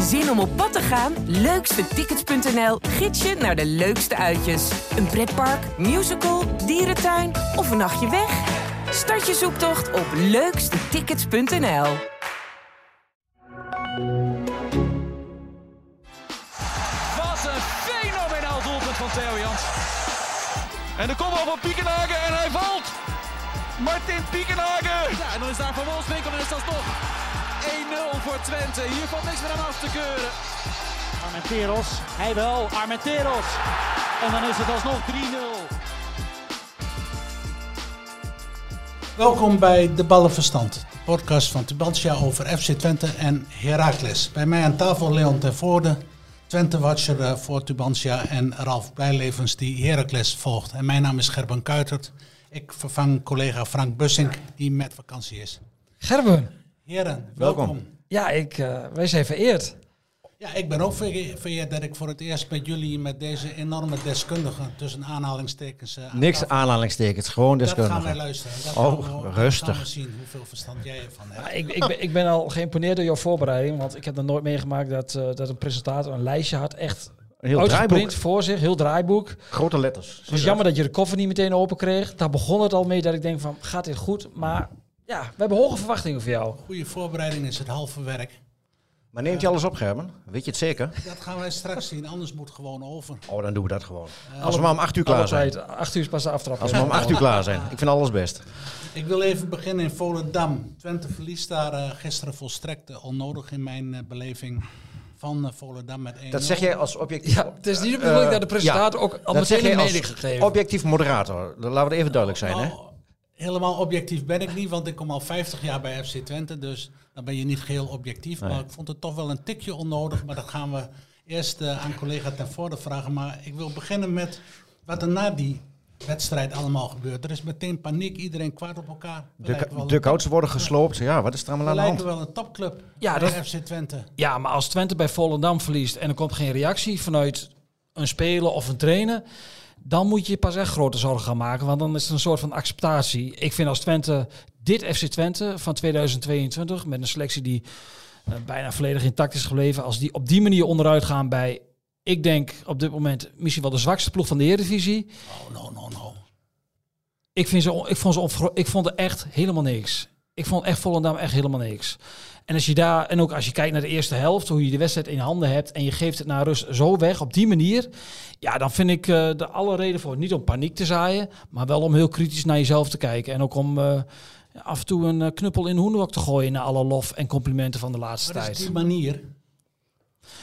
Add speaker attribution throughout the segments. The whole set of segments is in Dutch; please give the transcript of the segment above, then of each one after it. Speaker 1: Zin om op pad te gaan? Leukstetickets.nl gids je naar de leukste uitjes. Een pretpark, musical, dierentuin of een nachtje weg? Start je zoektocht op leukstetickets.nl.
Speaker 2: Wat een fenomenaal doelpunt van Theo Jans. En de kopbal van Piekenhagen en hij valt. Martin Piekenhagen. Ja, en dan is daar Van Wolfswinkel en is dat nog 1-0 voor Twente. Hier valt niks meer aan af te keuren.
Speaker 3: Armenteros, hij wel, Armenteros. En dan is het alsnog 3-0.
Speaker 4: Welkom bij De Ballen Verstand, de podcast van Tubantia over FC Twente en Heracles. Bij mij aan tafel Leon Tervoorde, Twente-watcher eh, voor Tubantia en Ralf Blijlevens die Heracles volgt. En mijn naam is Gerben Kuitert. Ik vervang collega Frank Bussink die met vakantie is.
Speaker 5: Gerben,
Speaker 4: Heren, welkom.
Speaker 6: Welkom.
Speaker 5: ja, ik, eh, wij zijn vereerd.
Speaker 4: Ja, ik ben ook vere- vereerd dat ik voor het eerst met jullie, met deze enorme deskundige, tussen aanhalingstekens... eh, aan
Speaker 6: Niks
Speaker 4: tafel-
Speaker 6: aanhalingstekens, gewoon
Speaker 4: Dat gaan wij
Speaker 6: deskundigen.
Speaker 4: luisteren. Dat
Speaker 6: Oh,
Speaker 4: gaan we- dat
Speaker 6: rustig.
Speaker 4: gaan we zien hoeveel verstand jij ervan hebt.
Speaker 5: Ja, Ah, ik, ik, ben, ik ben al geïmponeerd door jouw voorbereiding, want ik heb nog nooit meegemaakt dat, eh, dat een presentator een lijstje had. Echt
Speaker 6: Heel draaiboek,
Speaker 5: uitgeprint voor zich, heel draaiboek. Het
Speaker 6: grote letters.
Speaker 5: was jammer dat je de koffer niet meteen open kreeg. Daar begon het al mee dat ik denk van, gaat dit goed? Maar ja, we hebben hoge verwachtingen voor jou.
Speaker 4: Goede voorbereiding is het halve werk.
Speaker 6: Maar neemt je alles op, Gerben? Weet je het zeker?
Speaker 4: Dat gaan wij straks zien, anders moet gewoon over.
Speaker 6: Oh, dan doen we dat gewoon.
Speaker 5: Eh,
Speaker 6: Als we maar om acht uur klaar zijn.
Speaker 5: Altijd, acht uur is pas de aftrap.
Speaker 6: Als we maar om acht uur klaar zijn. Ik vind alles best.
Speaker 4: Ik wil even beginnen in Volendam. Twente verliest daar eh, gisteren volstrekt eh, onnodig in mijn eh, beleving van eh, Volendam met 1
Speaker 6: Dat zeg jij als objectief...
Speaker 5: Ja, het is niet de bedoeling
Speaker 6: eh,
Speaker 5: dat de presentator ook al
Speaker 6: dat
Speaker 5: meteen
Speaker 6: zeg jij
Speaker 5: een
Speaker 6: als
Speaker 5: mening Oh, gegeven.
Speaker 6: objectief moderator. Dat- Laten we er even duidelijk zijn, hè?
Speaker 4: Oh, Helemaal objectief ben ik niet, want ik kom al 50 jaar bij FC Twente, dus dan ben je niet geheel objectief. Maar ik vond het toch wel een tikje onnodig, maar dat gaan we eerst eh, aan collega ten voorde vragen. Maar ik wil beginnen met wat er na die wedstrijd allemaal gebeurt. Er is meteen paniek, iedereen kwaad op elkaar. We
Speaker 6: De,
Speaker 4: lijken wel
Speaker 6: de
Speaker 4: een-
Speaker 6: kouds worden gesloopt. Ja, wat is er allemaal
Speaker 4: We
Speaker 6: aan de
Speaker 4: lijken
Speaker 6: hand?
Speaker 4: wel een topclub
Speaker 5: Ja,
Speaker 4: bij
Speaker 5: dat-
Speaker 4: FC Twente.
Speaker 5: Ja, maar als Twente bij Volendam verliest en er komt geen reactie vanuit een speler of een trainer, dan moet je pas echt grote zorgen gaan maken, want dan is het een soort van acceptatie. Ik vind als Twente dit FC Twente van 2022 met een selectie die eh, bijna volledig intact is gebleven, als die op die manier onderuit gaan bij ik denk op dit moment misschien wel de zwakste ploeg van de Eredivisie.
Speaker 4: Oh, no, no, no.
Speaker 5: Ik, vind ze, on- ik, vond ze onvro- ik vond er echt helemaal niks. Ik vond echt Volendam echt helemaal niks. En, als je daar, en ook als je kijkt naar de eerste helft, hoe je de wedstrijd in handen hebt en je geeft het naar rust zo weg op die manier. Ja, dan vind ik eh er alle reden voor. Niet om paniek te zaaien, maar wel om heel kritisch naar jezelf te kijken. En ook om eh, af en toe een eh, knuppel in de hoenderok te gooien na alle lof en complimenten van de laatste
Speaker 4: Dat
Speaker 5: tijd.
Speaker 4: is die manier.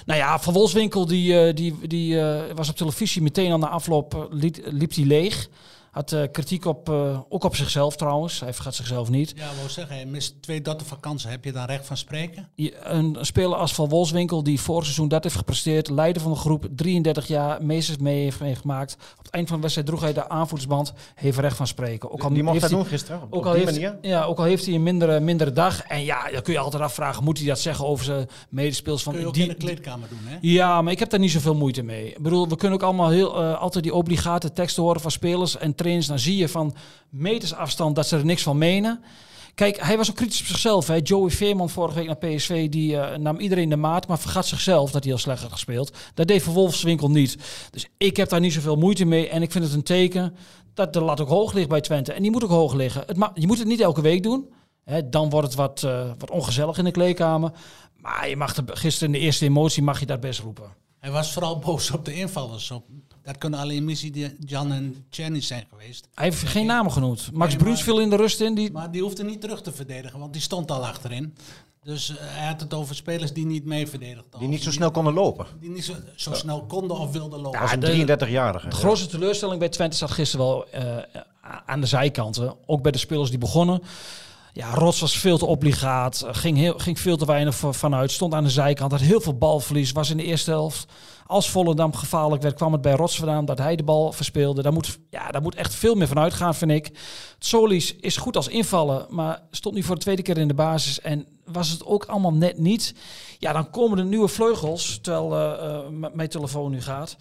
Speaker 5: Nou ja, Van Wolfswinkel die, eh, die, die, eh, was op televisie meteen aan de afloop, eh, liet- liep hij leeg. Had eh, kritiek op, eh, ook op zichzelf trouwens. Hij vergat zichzelf niet.
Speaker 4: Ja, wou zeggen, je mist twee dotten vakantie. Heb je daar recht van spreken?
Speaker 5: Je- Een speler als Van Wolfswinkel die vorig seizoen dat heeft gepresteerd. Leider van de groep, 33 jaar, meesters mee heeft meegemaakt. Op het eind van de wedstrijd droeg hij de aanvoersband. Heeft recht van spreken. Ook al
Speaker 6: Die mocht
Speaker 5: heeft
Speaker 6: dat
Speaker 5: hij-
Speaker 6: doen gisteren, op,
Speaker 5: Ook
Speaker 6: op
Speaker 5: al,
Speaker 6: die
Speaker 5: heeft, Oh.
Speaker 6: manier.
Speaker 5: ja, ook al heeft hij een mindere, mindere dag. En ja, dan kun je altijd afvragen, moet hij dat zeggen over zijn medespelers? Van
Speaker 4: Kun je ook
Speaker 5: die-
Speaker 4: in de kleedkamer doen, hè?
Speaker 5: Ja, maar ik heb daar niet zoveel moeite mee. Ik bedoel, we kunnen ook allemaal heel, eh, altijd die obligate teksten horen van spelers en trainers. Dan zie je van meters afstand dat ze er niks van menen. Kijk, hij was ook kritisch op zichzelf. Hè. Joey Veerman vorige week naar PSV, die eh, nam iedereen de maat, maar vergat zichzelf dat hij heel slecht had gespeeld. Dat deed Van Wolfswinkel niet. Dus ik heb daar niet zoveel moeite mee en ik vind het een teken dat de lat ook hoog ligt bij Twente. En die moet ook hoog liggen. Het ma- je moet het niet elke week doen. Hè, dan wordt het wat, eh, wat ongezellig in de kleedkamer. Maar je mag de, gisteren in de eerste emotie mag je dat best roepen.
Speaker 4: Hij was vooral boos op de invallers. Op, dat kunnen alleen Missy, Jan en Jenny zijn geweest.
Speaker 5: Hij heeft geen namen genoemd. Max
Speaker 4: Nee,
Speaker 5: Bruns
Speaker 4: maar-
Speaker 5: viel in de rust in. Die,
Speaker 4: Maar die hoefde niet terug te verdedigen, want die stond al achterin. Dus eh, hij had het over spelers die niet mee verdedigden.
Speaker 6: Die
Speaker 4: Of
Speaker 6: niet zo snel konden lopen.
Speaker 4: die niet zo, zo snel konden of wilden lopen.
Speaker 5: Ja,
Speaker 6: Als
Speaker 5: de-
Speaker 6: een 33-jarige.
Speaker 5: de grootste teleurstelling bij Twente zat gisteren wel eh, aan de zijkanten. Ook bij de spelers die begonnen. Ja, Rots was veel te obligaat. eh, Ging, heel, ging veel te weinig voor- vanuit. Stond aan de zijkant. Had heel veel balverlies. Was in de eerste helft. Als Volendam gevaarlijk werd, kwam het bij Rots vandaan. Dat hij de bal verspeelde. Daar moet, ja, daar moet echt veel meer van uitgaan, vind ik. Solis is goed als invallen. Maar stond nu voor de tweede keer in de basis. En was het ook allemaal net niet. Ja, dan komen de nieuwe vleugels. Terwijl eh, eh, m- mijn telefoon nu gaat.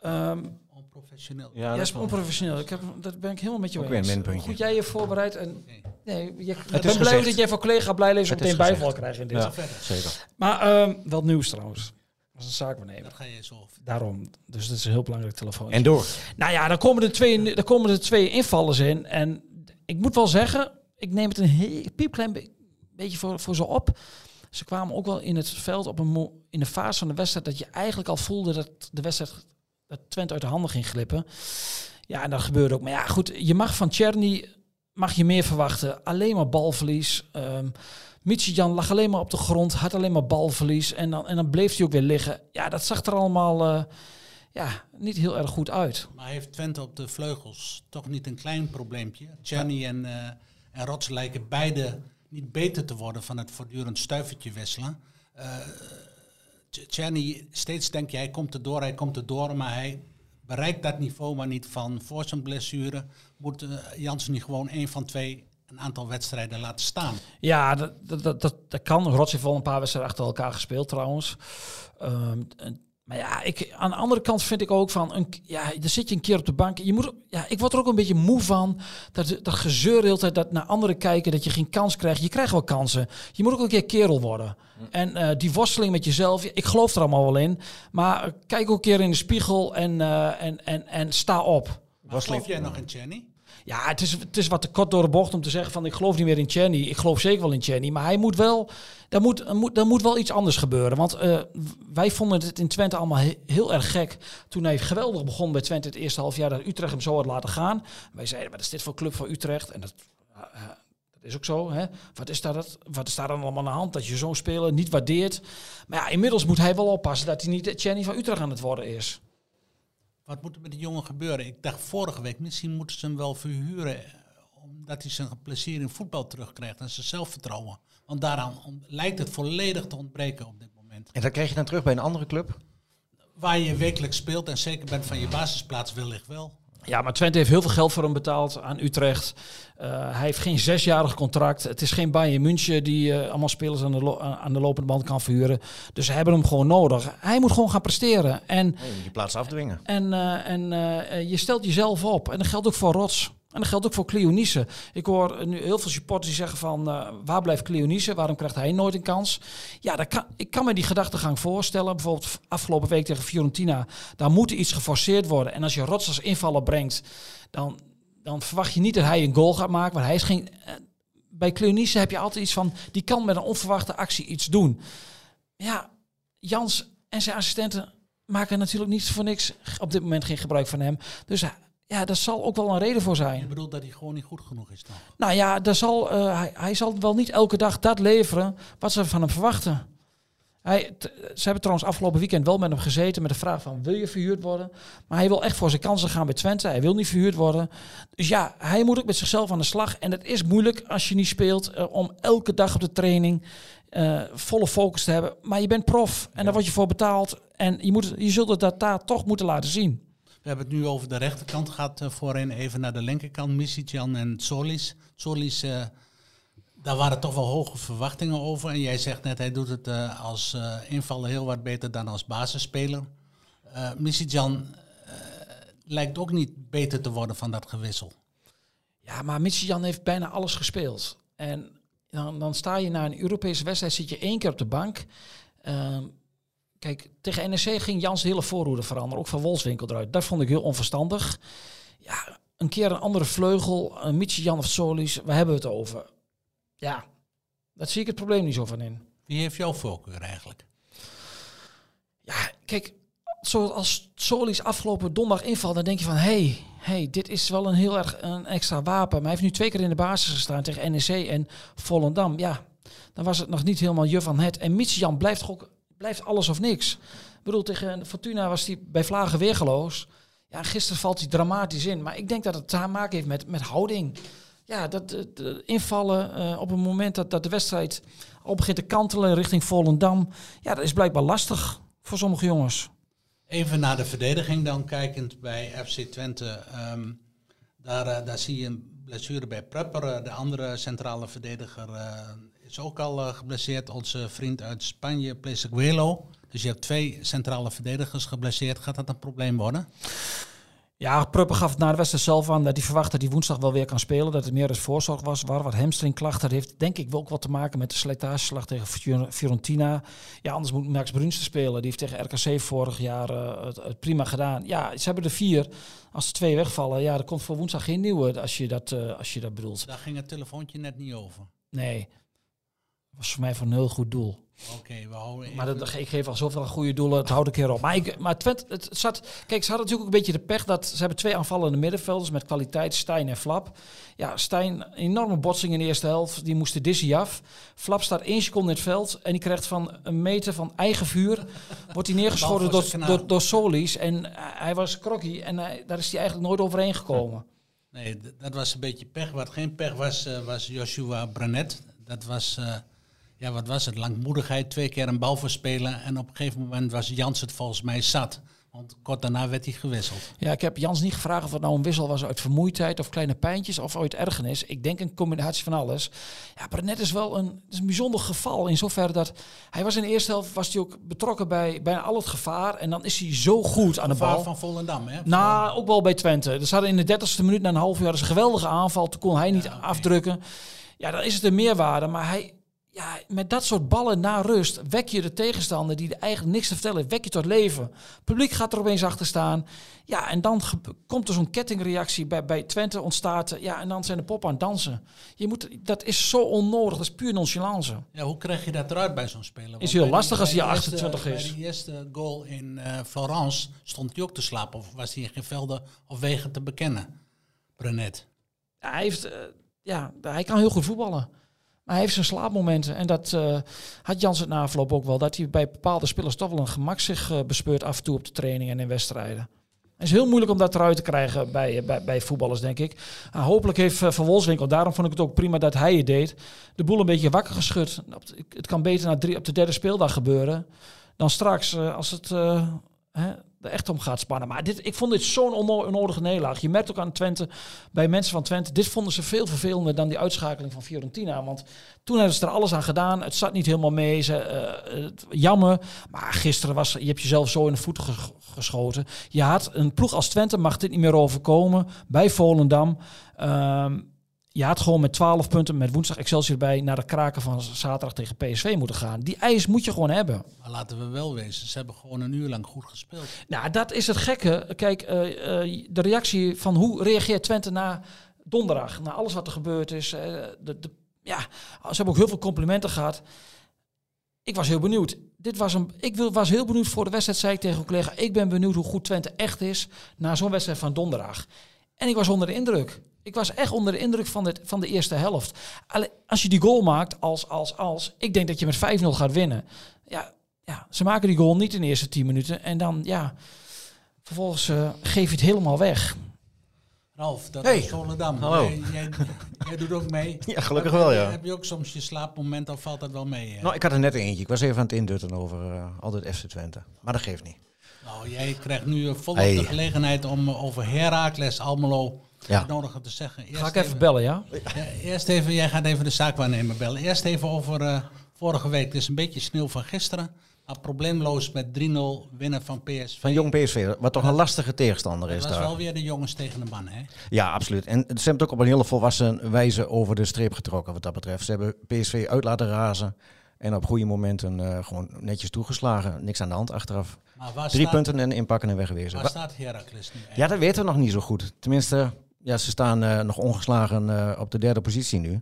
Speaker 5: Ehm,
Speaker 4: onprofessioneel.
Speaker 5: Ja, dat is
Speaker 6: wel-
Speaker 5: onprofessioneel. Ik heb, dat ben ik helemaal met je
Speaker 6: Ook weer een
Speaker 5: eens.
Speaker 6: minpuntje.
Speaker 5: Goed, jij je voorbereid. En,
Speaker 4: Nee.
Speaker 5: nee, je, ik
Speaker 6: is
Speaker 5: ben blij
Speaker 6: gezegd.
Speaker 5: dat jij voor collega blij lezen
Speaker 6: Het
Speaker 5: meteen
Speaker 6: is
Speaker 5: bijval
Speaker 6: gezegd.
Speaker 5: krijgt in dit.
Speaker 6: Ja,
Speaker 4: Verder,
Speaker 6: zeker.
Speaker 5: Maar ehm wel nieuws trouwens. Dat is een zaakwaarnemer.
Speaker 4: daar ga je zo over.
Speaker 5: Daarom. Dus dat is een heel belangrijk telefoon.
Speaker 6: En door.
Speaker 5: Nou ja, dan komen er twee, dan komen er twee invallers in. En ik moet wel zeggen, ik neem het een heel piepklein be- beetje voor, voor ze op. Ze kwamen ook wel in het veld op een mo- in de fase van de wedstrijd dat je eigenlijk al voelde dat de wedstrijd dat Twente uit de handen ging glippen. Ja, en dat gebeurde ook. Maar ja, goed, je mag van Cherny mag je meer verwachten. Alleen maar balverlies. Ehm Jan lag alleen maar op de grond, had alleen maar balverlies. En dan, en dan bleef hij ook weer liggen. Ja, dat zag er allemaal eh, ja, niet heel erg goed uit.
Speaker 4: Maar heeft Twente op de vleugels toch niet een klein probleempje? Gianni en, eh en Rots lijken beide niet beter te worden van het voortdurend stuivertje wisselen. Gianni, steeds denk je, hij komt erdoor, hij komt erdoor, maar hij bereikt dat niveau maar niet van voor zijn blessure. Moet eh, Jansen niet gewoon één van twee een aantal wedstrijden laten staan?
Speaker 5: Ja, dat, dat, dat, dat, dat kan. Rots heeft wel een paar wedstrijden achter elkaar gespeeld trouwens. Ehm, en- maar ja, ik, aan de andere kant vind ik ook van... Een, k- ja, dan zit je een keer op de bank. Je moet, ja, ik word er ook een beetje moe van. Dat, dat gezeur de hele tijd, dat naar anderen kijken... dat je geen kans krijgt. Je krijgt wel kansen. Je moet ook een keer kerel worden. En eh, die worsteling met jezelf... Ik geloof er allemaal wel in. Maar eh, kijk ook een keer in de spiegel en, eh, en, en, en sta op.
Speaker 4: Maar geloof jij nog in Gianni?
Speaker 5: Ja, het is, het is wat te kort door de bocht om te zeggen van ik geloof niet meer in Chenny. Ik geloof zeker wel in Chenny. Maar hij moet wel, daar moet, er moet, daar moet wel iets anders gebeuren. Want eh, wij vonden het in Twente allemaal he- heel erg gek. Toen hij geweldig begon bij Twente het eerste half jaar dat Utrecht hem zo had laten gaan. Wij zeiden, wat is dit voor club voor Utrecht? En dat, eh, dat is ook zo. Hè? Wat, is daar dat, wat is daar dan allemaal aan de hand dat je zo'n speler niet waardeert? Maar ja, inmiddels moet hij wel oppassen dat hij niet de Chenny van Utrecht aan het worden is.
Speaker 4: Wat moet er met die jongen gebeuren? Ik dacht vorige week, misschien moeten ze hem wel verhuren. eh, Omdat hij zijn plezier in voetbal terugkrijgt en zijn zelfvertrouwen. Want daaraan on- lijkt het volledig te ontbreken op dit moment.
Speaker 6: En dat krijg je dan terug bij een andere club.
Speaker 4: Waar je wekelijks speelt en zeker bent van je basisplaats wellicht wel.
Speaker 5: Ja, maar Twente heeft heel veel geld voor hem betaald aan Utrecht. Eh, hij heeft geen zesjarig contract. Het is geen Bayern München die eh, allemaal spelers aan de, lo- aan aan de lopende band kan verhuren. Dus ze hebben hem gewoon nodig. Hij moet gewoon gaan presteren. En,
Speaker 6: Nee, je moet je plaats afdwingen.
Speaker 5: en, eh, en eh, eh, je stelt jezelf op. En dat geldt ook voor Rots. En dat geldt ook voor Cleonice. Ik hoor eh, nu heel veel supporters die zeggen van... eh, waar blijft Cleonice? Waarom krijgt hij nooit een kans? Ja, dat kan, ik kan me die gedachtegang voorstellen. Bijvoorbeeld afgelopen week tegen Fiorentina. Daar moet iets geforceerd worden. En als je Rots als invaller brengt... dan, dan verwacht je niet dat hij een goal gaat maken. Want hij is geen... eh, bij Cleonice heb je altijd iets van... die kan met een onverwachte actie iets doen. Ja, Jans en zijn assistenten maken natuurlijk niet voor niks op dit moment geen gebruik van hem. Dus ja, daar zal ook wel een reden voor
Speaker 4: Ik
Speaker 5: zijn.
Speaker 4: bedoel dat hij gewoon niet goed genoeg is dan.
Speaker 5: Nou ja, daar zal, eh, hij, hij zal wel niet elke dag dat leveren wat ze van hem verwachten. Hij, t- ze hebben trouwens afgelopen weekend wel met hem gezeten met de vraag van wil je verhuurd worden? Maar hij wil echt voor zijn kansen gaan bij Twente. Hij wil niet verhuurd worden. Dus ja, hij moet ook met zichzelf aan de slag. En het is moeilijk als je niet speelt eh, om elke dag op de training eh, volle focus te hebben. Maar je bent prof en daar word je voor betaald. En je, moet, je zult het dat daar toch moeten laten zien.
Speaker 4: We hebben het nu over de rechterkant gehad eh, voorheen. Even naar de linkerkant, Misicjan en Solis. Solis, eh, daar waren toch wel hoge verwachtingen over. En jij zegt net, hij doet het eh, als eh, invaller heel wat beter dan als basisspeler. Eh Misicjan eh, lijkt ook niet beter te worden van dat gewissel.
Speaker 5: Ja, maar Jan heeft bijna alles gespeeld. En dan, dan sta je na een Europese wedstrijd, zit je één keer op de bank. Ehm, kijk, tegen NEC ging Jans de hele voorhoede veranderen. Ook van Wolfswinkel eruit. Dat vond ik heel onverstandig. Ja, een keer een andere vleugel. Uh, Jan of Solis, waar hebben we het over? Ja, daar zie ik het probleem niet zo van in.
Speaker 4: Wie heeft jouw voorkeur eigenlijk?
Speaker 5: Ja, kijk, zoals Solis afgelopen donderdag inval, dan denk je van... hey, hey, dit is wel een heel erg een extra wapen. Maar hij heeft nu twee keer in de basis gestaan tegen NEC en Volendam. Ja, dan was het nog niet helemaal je van het. En Michian blijft, toch ook, blijft alles of niks. Ik bedoel, tegen Fortuna was hij bij Vlagen weergeloos. Ja, gisteren valt hij dramatisch in. Maar ik denk dat het te maken heeft met, met houding. Ja, dat dat, eh, invallen eh, op het moment dat, dat de wedstrijd al begint te kantelen richting Volendam. Ja, dat is blijkbaar lastig voor sommige jongens.
Speaker 4: Even naar de verdediging dan kijkend bij FC Twente. Ehm, daar, eh, daar zie je een blessure bij Prepper. Eh, De andere centrale verdediger eh, is ook al eh, geblesseerd. Onze vriend uit Spanje, Pleseguelo. Dus je hebt twee centrale verdedigers geblesseerd. Gaat dat een probleem worden?
Speaker 5: Ja, Pruppen gaf het na de wedstrijd zelf aan dat hij verwacht dat hij woensdag wel weer kan spelen. Dat het meer als voorzorg was. Waar wat hamstringklachten dat heeft, denk ik wel ook wat te maken met de slijtageslag tegen Fior- Fiorentina. Ja, anders moet Max Brunsten spelen. Die heeft tegen RKC vorig jaar eh, het, het prima gedaan. Ja, ze hebben er vier. Als er twee wegvallen, ja, er komt voor woensdag geen nieuwe als je dat, eh, als je dat bedoelt.
Speaker 4: Daar ging het telefoontje net niet over.
Speaker 5: Nee, was voor mij voor een heel goed doel.
Speaker 4: Oké, we houden
Speaker 5: Maar
Speaker 4: even-
Speaker 5: dat, ik geef al zoveel goede doelen, het houdt een keer op. Maar, ik, maar Twente, het zat, kijk, ze hadden natuurlijk ook een beetje de pech dat ze hebben twee aanvallende middenvelders met kwaliteit, Stijn en Flap. Ja, Stijn, enorme botsing in de eerste helft, die moesten Dizzy af. Flap staat één seconde in het veld en die krijgt van een meter van eigen vuur, wordt hij neergeschoten
Speaker 4: Bal voor
Speaker 5: door,
Speaker 4: zijn kanaal.
Speaker 5: door, door Solis. En eh, hij was krokkie en hij- daar is hij eigenlijk nooit overheen gekomen.
Speaker 4: Nee, d- dat was een beetje pech. Wat geen pech was, eh, was Joshua Brunet. Dat was, eh, ja, wat was het? Langmoedigheid, twee keer een bal verspelen. En op een gegeven moment was Jans het volgens mij zat. Want kort daarna werd hij gewisseld.
Speaker 5: Ja, ik heb Jans niet gevraagd of het nou een wissel was uit vermoeidheid of kleine pijntjes of uit ergernis. Ik denk een combinatie van alles. Ja, Brenet is wel een, het is een bijzonder geval in zoverre dat hij was in de eerste helft was hij ook betrokken bij bijna al het gevaar. En dan is hij zo goed aan de
Speaker 4: Vaar
Speaker 5: bal.
Speaker 4: van Volendam, hè?
Speaker 5: Nou, ook wel bij Twente. Dus hadden in de 30ste minuut na een half uur hadden ze een geweldige aanval. Toen kon hij niet afdrukken. Ja, dan is het een meerwaarde. Maar hij, ja, met dat soort ballen na rust wek je de tegenstander die er eigenlijk niks te vertellen heeft, wek je tot leven. Het publiek gaat er opeens achter staan. Ja, en dan ge- komt er zo'n kettingreactie bij, bij Twente ontstaat. er. Ja, en dan zijn de pop aan het dansen. Je moet, dat is zo onnodig. Dat is puur nonchalance.
Speaker 4: Ja, hoe krijg je dat eruit bij zo'n speler? Want
Speaker 5: heel
Speaker 4: bij die-
Speaker 5: lastig als
Speaker 4: bij
Speaker 5: hij
Speaker 4: die eerste-
Speaker 5: 28 is.
Speaker 4: Bij die eerste goal in eh, Florence stond hij ook te slapen. Of was hij in geen velden of wegen te bekennen, Brunet.
Speaker 5: Ja, hij, heeft, eh, ja, hij kan heel goed voetballen. Maar hij heeft zijn slaapmomenten. En dat eh, had Jans het na afloop ook wel. Dat hij bij bepaalde spelers toch wel een gemak zich eh, bespeurt af en toe op de training en in wedstrijden. Het is heel moeilijk om dat eruit te krijgen bij, eh, bij, bij voetballers, denk ik. Nou, hopelijk heeft eh, Van Wolfswinkel, daarom vond ik het ook prima dat hij het deed, de boel een beetje wakker geschud. Op de- het kan beter na drie, op de derde speeldag gebeuren dan straks eh, als het eh, hè, er echt om gaat spannen. Maar dit, ik vond dit zo'n onno- onnodige nederlaag. Je merkt ook aan Twente, bij mensen van Twente, dit vonden ze veel vervelender dan die uitschakeling van Fiorentina. Want toen hebben ze er alles aan gedaan. Het zat niet helemaal mee. Ze, eh, het- jammer. Maar gisteren was je hebt jezelf zo in de voeten ge- geschoten. Je had een ploeg als Twente, mag dit niet meer overkomen. Bij Volendam. Ehm, je had gewoon met 12 punten, met woensdag Excelsior bij, naar de kraken van z- zaterdag tegen PSV moeten gaan. Die eis moet je gewoon hebben.
Speaker 4: Maar laten we wel wezen, ze hebben gewoon een uur lang goed gespeeld.
Speaker 5: Nou, dat is het gekke. Kijk, eh, eh, de reactie van hoe reageert Twente na donderdag, na alles wat er gebeurd is. eh, de, de, ja, ze hebben ook heel veel complimenten gehad. Ik was heel benieuwd. Dit was een, ik wil- was heel benieuwd voor de wedstrijd, zei ik tegen een collega. Ik ben benieuwd hoe goed Twente echt is na zo'n wedstrijd van donderdag. En ik was onder de indruk. Ik was echt onder de indruk van, dit, van de eerste helft. Alleen, als je die goal maakt, als, als, als. Ik denk dat je met 5-0 gaat winnen. Ja, ja, ze maken die goal niet in de eerste 10 minuten. En dan, ja, vervolgens eh, geef je het helemaal weg.
Speaker 4: Ralf, dat
Speaker 6: Hey.
Speaker 4: is Volendam.
Speaker 6: Hallo.
Speaker 4: Jij, jij, jij doet ook mee.
Speaker 6: Ja, gelukkig wel, ja.
Speaker 4: Heb je ook soms je slaapmoment of valt dat wel mee? eh?
Speaker 6: Nou, ik had er net eentje. Ik was even aan het indutten over eh, altijd FC Twente. Maar dat geeft niet.
Speaker 4: Nou, jij krijgt nu eh, volop
Speaker 6: Hey.
Speaker 4: de gelegenheid om eh, over Herakles Almelo
Speaker 6: Ja.
Speaker 4: het nodige te zeggen. Eerst
Speaker 5: Ga ik even bellen, ja?
Speaker 4: Ja, eerst even, jij gaat even de zaakwaarnemer bellen. Eerst even over eh, vorige week. Het is een beetje sneeuw van gisteren. Maar probleemloos met 3-0 winnen van PSV.
Speaker 6: Van jong PSV, wat toch een lastige tegenstander is
Speaker 4: Dat was
Speaker 6: daar.
Speaker 4: wel weer de jongens tegen de man, hè?
Speaker 6: Ja, absoluut. En ze hebben het ook op een hele volwassen wijze over de streep getrokken wat dat betreft. Ze hebben PSV uit laten razen en op goede momenten eh, gewoon netjes toegeslagen. Niks aan de hand achteraf.
Speaker 4: Maar waar,
Speaker 6: Drie
Speaker 4: staat,
Speaker 6: punten en inpakken en wegwezen.
Speaker 4: waar
Speaker 6: Wa-
Speaker 4: staat Herakles nu? eigenlijk?
Speaker 6: Ja, dat weten we nog niet zo goed. Tenminste, ja, ze staan eh, nog ongeslagen eh, op de derde positie nu.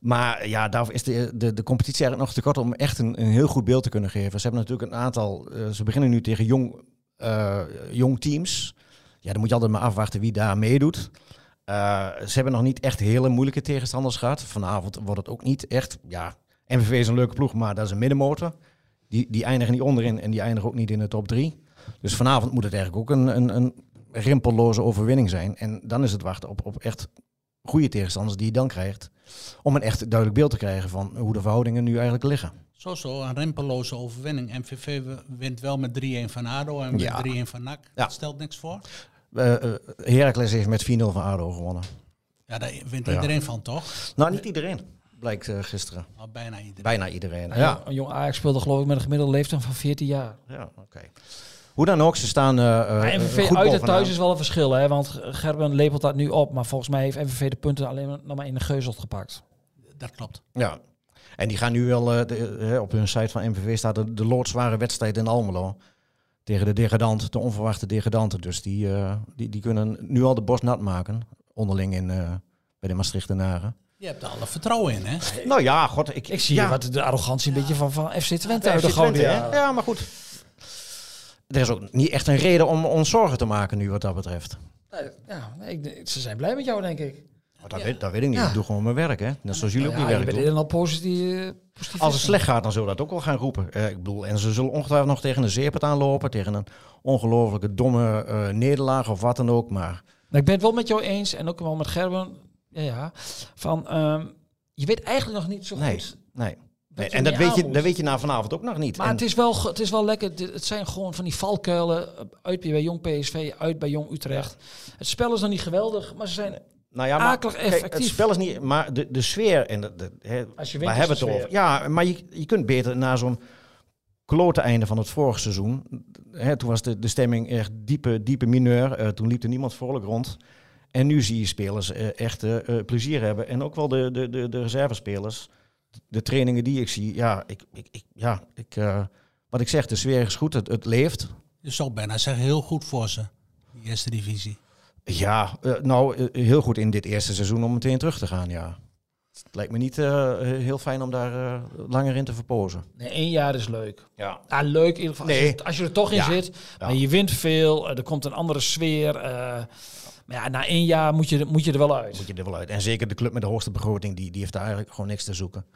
Speaker 6: Maar ja, daar is de, de, de competitie eigenlijk nog te kort om echt een, een heel goed beeld te kunnen geven. Ze hebben natuurlijk een aantal. eh, ze beginnen nu tegen jong, eh, jong teams. Ja, dan moet je altijd maar afwachten wie daar meedoet. Eh, ze hebben nog niet echt hele moeilijke tegenstanders gehad. Vanavond wordt het ook niet echt. Ja, MVV is een leuke ploeg, maar dat is een middenmotor. Die, die eindigen niet onderin en die eindigen ook niet in de top drie. Dus vanavond moet het eigenlijk ook een, een, een rimpelloze overwinning zijn. En dan is het wachten op, op echt goede tegenstanders die je dan krijgt. Om een echt duidelijk beeld te krijgen van hoe de verhoudingen nu eigenlijk liggen.
Speaker 4: Zo, zo, een rempeloze overwinning. MVV wint wel met 3-1 van ADO en met
Speaker 6: Ja.
Speaker 4: 3-1 van NAC.
Speaker 6: Ja.
Speaker 4: Dat stelt niks voor.
Speaker 6: Eh eh, Heracles heeft met 4-0 van ADO gewonnen.
Speaker 4: Ja, daar wint
Speaker 6: Ja.
Speaker 4: iedereen van, toch?
Speaker 6: Nou, niet iedereen, blijkt eh, gisteren.
Speaker 4: Nou, bijna iedereen.
Speaker 5: Nou,
Speaker 6: Bijna iedereen. Ja,
Speaker 5: Een jong Ajax speelde geloof ik met een gemiddelde leeftijd van 14 jaar.
Speaker 6: ja oké. Hoe dan ook, ze staan eh, eh,
Speaker 5: Ja, MVV
Speaker 6: goed
Speaker 5: uit en
Speaker 6: bovenaan.
Speaker 5: thuis is wel een verschil, hè? want Gerben lepelt dat nu op. Maar volgens mij heeft MVV de punten alleen maar- nog maar in de geuzeld gepakt.
Speaker 4: Dat klopt.
Speaker 6: Ja. En die gaan nu wel, eh, de- eh, op hun site van MVV staat de, de loodzware wedstrijd in Almelo. Tegen de degradant, de onverwachte degradanten. Dus die, eh, die, die kunnen nu al de bos nat maken. Onderling in, eh, bij de Maastrichtenaren.
Speaker 4: Je hebt er alle vertrouwen in, hè?
Speaker 6: Nou ja, god. Ik,
Speaker 5: Ik zie
Speaker 6: ja,
Speaker 5: hier wat de arrogantie een beetje van, van FC Twente
Speaker 6: Ja,
Speaker 5: uit de
Speaker 6: FC Twente,
Speaker 5: gouden.
Speaker 6: hè? ja. maar goed. Er is ook niet echt een reden om ons zorgen te maken nu wat dat betreft.
Speaker 5: Nou, Ja, nee, ik- ze zijn blij met jou, denk ik.
Speaker 6: Maar Dat, weet, dat weet ik niet. Ik doe gewoon mijn werk, hè. Net zoals jullie ook
Speaker 5: Ja,
Speaker 6: je
Speaker 5: je
Speaker 6: werk
Speaker 5: bent
Speaker 6: doen.
Speaker 5: in al positief. eh, positief
Speaker 6: Als het slecht gaat, dan zullen we dat ook wel gaan roepen. Eh, ik bedoel, en ze zullen ongetwijfeld nog tegen een zeepert aanlopen. Tegen een ongelooflijke domme eh, nederlaag of wat dan ook. Maar
Speaker 5: Nou, ik ben het wel met jou eens en ook wel met Gerben. Ja, ja. Van, ehm, je weet eigenlijk nog niet zo goed.
Speaker 6: nee, nee. nee.
Speaker 5: je
Speaker 6: En dat
Speaker 5: niet
Speaker 6: weet, je,
Speaker 5: aan
Speaker 6: dat
Speaker 5: moet.
Speaker 6: weet je na vanavond ook nog niet.
Speaker 5: Maar
Speaker 6: En-
Speaker 5: het is, wel, ge- het is wel lekker. Dit- Het zijn gewoon van die valkuilen. eh, Uit bij Jong PSV, uit bij Jong Utrecht. Het spel is nog niet geweldig, maar ze zijn
Speaker 6: nou ja, maar,
Speaker 5: akelig
Speaker 6: kijk, het
Speaker 5: effectief.
Speaker 6: spel is niet... Maar de, de sfeer... En de, de- hè,
Speaker 5: Als je
Speaker 6: we
Speaker 5: wint is
Speaker 6: hebben
Speaker 5: de
Speaker 6: het erover.
Speaker 5: sfeer.
Speaker 6: Ja, maar je, je kunt beter na zo'n klote einde van het vorige seizoen... Hè, toen was de, de stemming echt diepe, diepe mineur. eh, toen liep er niemand vrolijk rond. En nu zie je spelers eh, echt eh, eh, plezier hebben. En ook wel de, de, de, de reservespelers. De trainingen die ik zie. Ja, ik, ik, ik, ja ik, eh, wat ik zeg, de sfeer is goed. Het, het leeft.
Speaker 4: Je zou bijna zeggen, heel goed voor ze. Die eerste divisie.
Speaker 6: Ja, eh, nou, eh, heel goed in dit eerste seizoen om meteen terug te gaan, ja. Het lijkt me niet eh, heel fijn om daar eh, langer in te verpozen.
Speaker 5: Nee, één jaar is leuk.
Speaker 6: Ja.
Speaker 5: Ah, leuk in ieder geval.
Speaker 6: Nee.
Speaker 5: Als, je, als je er toch in
Speaker 6: Ja.
Speaker 5: zit. Maar je wint veel. eh, Er komt een andere sfeer. eh, maar ja, na één jaar moet je, er- moet je er wel uit.
Speaker 6: Moet je er wel uit. En zeker de club met de hoogste begroting, die, die heeft daar eigenlijk gewoon niks te zoeken.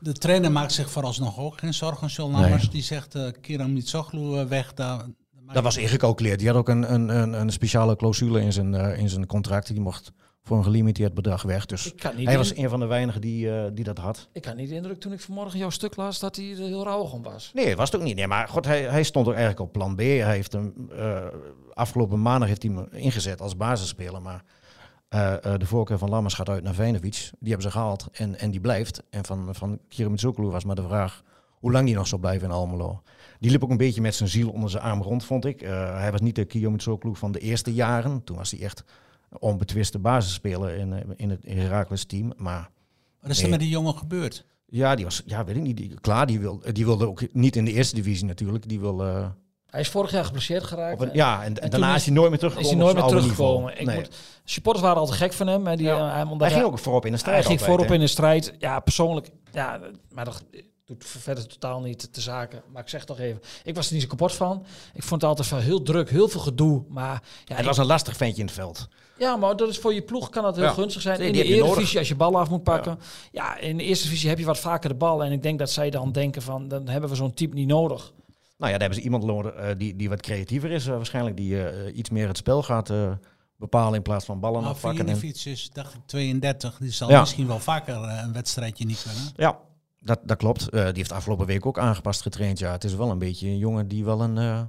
Speaker 4: De trainer maakt zich vooralsnog ook geen zorgen. John Lammers,
Speaker 6: Nee.
Speaker 4: die zegt, eh Kiram Mitsoglu eh, weg. Daar,
Speaker 6: Dat was ingecalculeerd. Die had ook een, een, een, een speciale clausule in zijn, eh, in zijn contract. Die mocht voor een gelimiteerd bedrag weg. Dus
Speaker 5: Ik kan niet
Speaker 6: hij was
Speaker 5: in-
Speaker 6: een van de weinigen die, eh, die dat had.
Speaker 5: Ik had niet de indruk toen ik vanmorgen jouw stuk las dat hij er heel rauw om was.
Speaker 6: Nee, dat was het ook niet. Nee, maar god, hij, hij stond ook eigenlijk op plan B. Hij heeft hem, eh, afgelopen maandag heeft hij hem ingezet als basisspeler. Maar eh, eh, de voorkeur van Lammers gaat uit naar Vejnovic. Die hebben ze gehaald en, en die blijft. En van, van Kirimitzoglu was maar de vraag hoe lang die nog zou blijven in Almelo. Die liep ook een beetje met zijn ziel onder zijn arm rond, vond ik. Eh, hij was niet de Kirimitzoglu van de eerste jaren. Toen was hij echt onbetwiste basisspeler in, eh, in het Heracles team. Maar
Speaker 4: Wat is er
Speaker 6: Nee.
Speaker 4: met die jongen gebeurd?
Speaker 6: ja, die was, ja, weet ik niet. Die, klaar, die, wil, eh, die wilde ook niet in de eerste divisie natuurlijk. Die wil... eh,
Speaker 5: Hij is vorig jaar geblesseerd geraakt.
Speaker 6: Op een- ja, en, en
Speaker 5: toen
Speaker 6: daarna
Speaker 5: is-
Speaker 6: is hij nooit meer
Speaker 5: Is hij
Speaker 6: teruggekomen.
Speaker 5: nooit
Speaker 6: op
Speaker 5: meer
Speaker 6: zijn oude
Speaker 5: teruggekomen.
Speaker 6: niveau.
Speaker 5: Ik
Speaker 6: Nee.
Speaker 5: moet, supporters waren al te gek van hem. Hè, die, eh,
Speaker 6: Ja.
Speaker 5: omdat
Speaker 6: Hij ging ook voorop in de strijd.
Speaker 5: Hij ging
Speaker 6: altijd,
Speaker 5: voorop
Speaker 6: hè?
Speaker 5: in de strijd. Ja, persoonlijk. Ja, maar dat doet verder totaal niet te zaken. Maar ik zeg toch even, ik was er niet zo kapot van. Ik vond het altijd van heel druk, heel veel gedoe. Maar ja,
Speaker 6: Het
Speaker 5: ik-
Speaker 6: was een lastig ventje in het veld.
Speaker 5: ja, maar dat is voor je ploeg kan dat heel
Speaker 6: Ja.
Speaker 5: gunstig zijn.
Speaker 6: Die
Speaker 5: In
Speaker 6: heb
Speaker 5: de
Speaker 6: je nodig.
Speaker 5: Eredivisie, als je ballen af moet pakken. Ja. in de Eerste Divisie heb je wat vaker de bal. En ik denk dat zij dan denken van, dan hebben we zo'n type niet nodig.
Speaker 6: Nou ja, daar hebben ze iemand nodig eh, die, die wat creatiever is eh, waarschijnlijk. Die eh, iets meer het spel gaat eh, bepalen in plaats van
Speaker 5: Ah,
Speaker 6: ballen
Speaker 4: Nou,
Speaker 6: afpakken. en-
Speaker 4: Vujinovic is, dacht ik, 32. Die zal
Speaker 6: Ja.
Speaker 4: misschien wel vaker eh, een wedstrijdje niet kunnen.
Speaker 6: Ja, dat, dat klopt. Eh, die heeft afgelopen week ook aangepast getraind. Ja, het is wel een beetje een jongen die wel een eh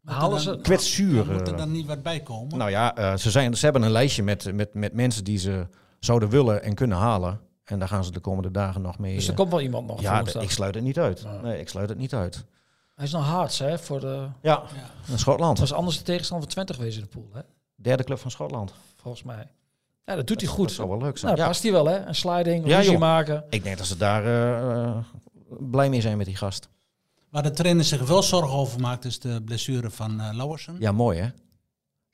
Speaker 5: Maar halen
Speaker 4: dan-
Speaker 5: ze...
Speaker 6: kwetsuur...
Speaker 4: Dan moet er
Speaker 6: eh,
Speaker 4: dan niet wat bij komen.
Speaker 6: Nou ja, eh, ze, zijn, ze hebben een lijstje met, met, met mensen die ze zouden willen en kunnen halen. En daar gaan ze de komende dagen nog mee...
Speaker 5: Dus
Speaker 6: eh,
Speaker 5: er komt wel iemand nog.
Speaker 6: Ja,
Speaker 5: voor
Speaker 6: d-
Speaker 5: woensdag.
Speaker 6: ik sluit het niet uit. Nee, ik sluit het niet uit.
Speaker 5: Hij is nog hard, hè? Voor de...
Speaker 6: Ja, En Schotland.
Speaker 5: Het was anders de tegenstander van 20 geweest in de pool, hè?
Speaker 6: Derde club van Schotland.
Speaker 5: Volgens mij. Ja, dat doet hij goed.
Speaker 6: Dat zou wel leuk zijn.
Speaker 5: Nou,
Speaker 6: ja.
Speaker 5: past hij wel, hè? Een sliding,
Speaker 6: Ja,
Speaker 5: ruzie
Speaker 6: joh.
Speaker 5: maken.
Speaker 6: Ik denk dat ze daar eh, eh, blij mee zijn met die gast.
Speaker 4: Waar de trainer zich wel zorgen over maakt, is de blessure van eh
Speaker 5: Hm?
Speaker 4: Lauwersen.
Speaker 6: Ja, mooi hè?